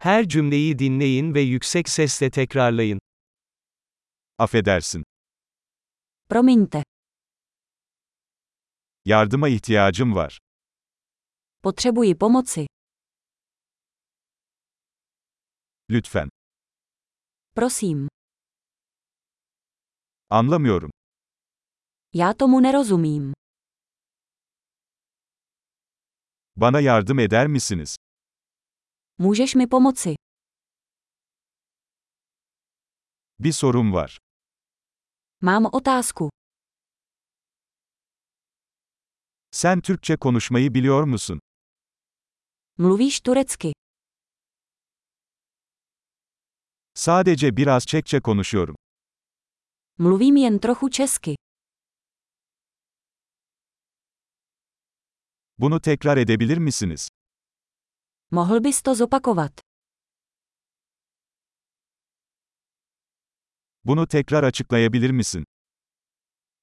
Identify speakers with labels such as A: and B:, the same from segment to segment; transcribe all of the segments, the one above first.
A: Her cümleyi dinleyin ve yüksek sesle tekrarlayın.
B: Affedersin.
C: Promiňte,
B: Yardıma ihtiyacım var.
C: potřebuji pomoci.
B: Lütfen.
C: Prosím,
B: Anlamıyorum.
C: já tomu nerozumím.
B: Bana yardım eder misiniz?
C: Můžeš mi pomoci?
B: Bir sorum var.
C: Mám otázku.
B: Sen Türkçe konuşmayı biliyor musun?
C: Mluvíš turecky?
B: Sadece biraz Çekçe konuşuyorum.
C: Mluvím jen trochu česky.
B: Bunu tekrar edebilir misiniz?
C: Mohl bys to zopakovat?
B: Bunu tekrar açıklayabilir misin?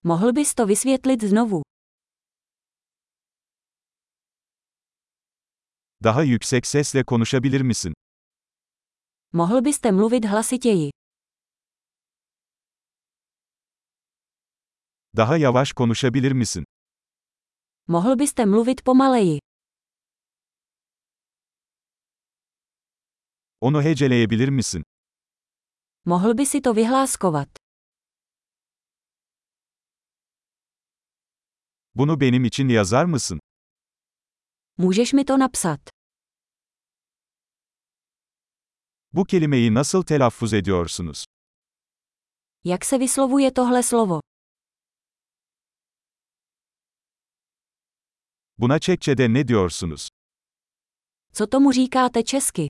C: Mohl bys to vysvětlit znovu?
B: Daha yüksek sesle konuşabilir misin?
C: Mohl byste mluvit hlasitěji?
B: Daha yavaş konuşabilir misin?
C: Mohl byste mluvit pomaleji?
B: Onu heceleyebilir misin?
C: Mohl by si to vyhláskovat?
B: Bunu benim için yazar mısın?
C: Můžeš mi to napsat?
B: Bu kelimeyi nasıl telaffuz ediyorsunuz?
C: Jak se vyslovuje tohle slovo?
B: Buna Çekçe'de ne diyorsunuz?
C: Co tomu říkáte česky?